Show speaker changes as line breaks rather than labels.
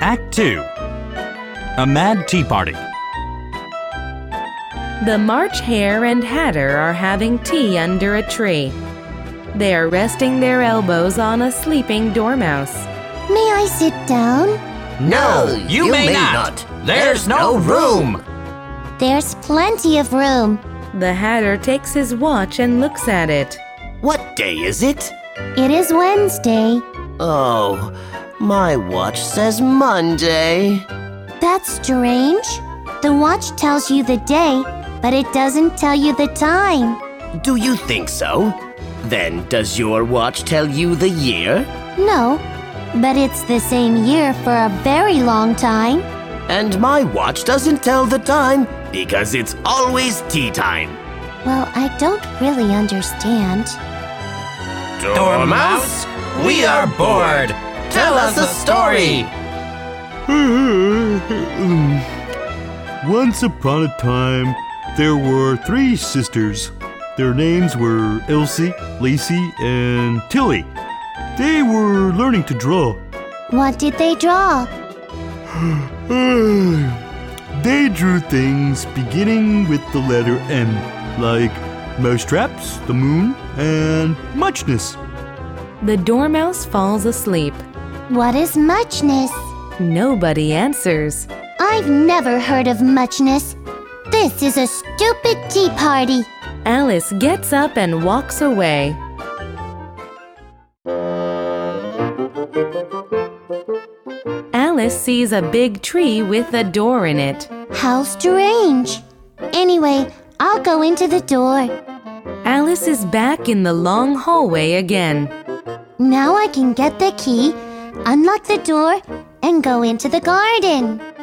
Act 2 A Mad Tea Party.
The March Hare and Hatter are having tea under a tree. They are resting their elbows on a sleeping dormouse.
May I sit down?
No, you, may, not. There's no room.
There's plenty of room.
The Hatter takes his watch and looks at it.
What day is it?
It is Wednesday.
Oh, my watch says Monday.
That's strange. The watch tells you the day, but it doesn't tell you the time.
Do you think so? Then does your watch tell you the year?
No, but it's the same year for a very long time.
And my watch doesn't tell the time because it's always tea time.
Well, I don't really understand.
Dormouse, we are bored.
Tell us a story.
Once upon a time, there were three sisters. Their names were Elsie, Lacey, and Tilly. They were learning to draw.
What did they draw?
they drew things beginning with the letter M, like mousetraps, the moon, and muchness.
The dormouse falls asleep.
What is muchness?
Nobody answers.
I've never heard of muchness. This is a stupid tea party.
Alice gets up and walks away. Alice sees a big tree with a door in it.
How strange. Anyway, I'll go into the door.
Alice is back in the long hallway again.
Now I can get the key, unlock the door, and go into the garden.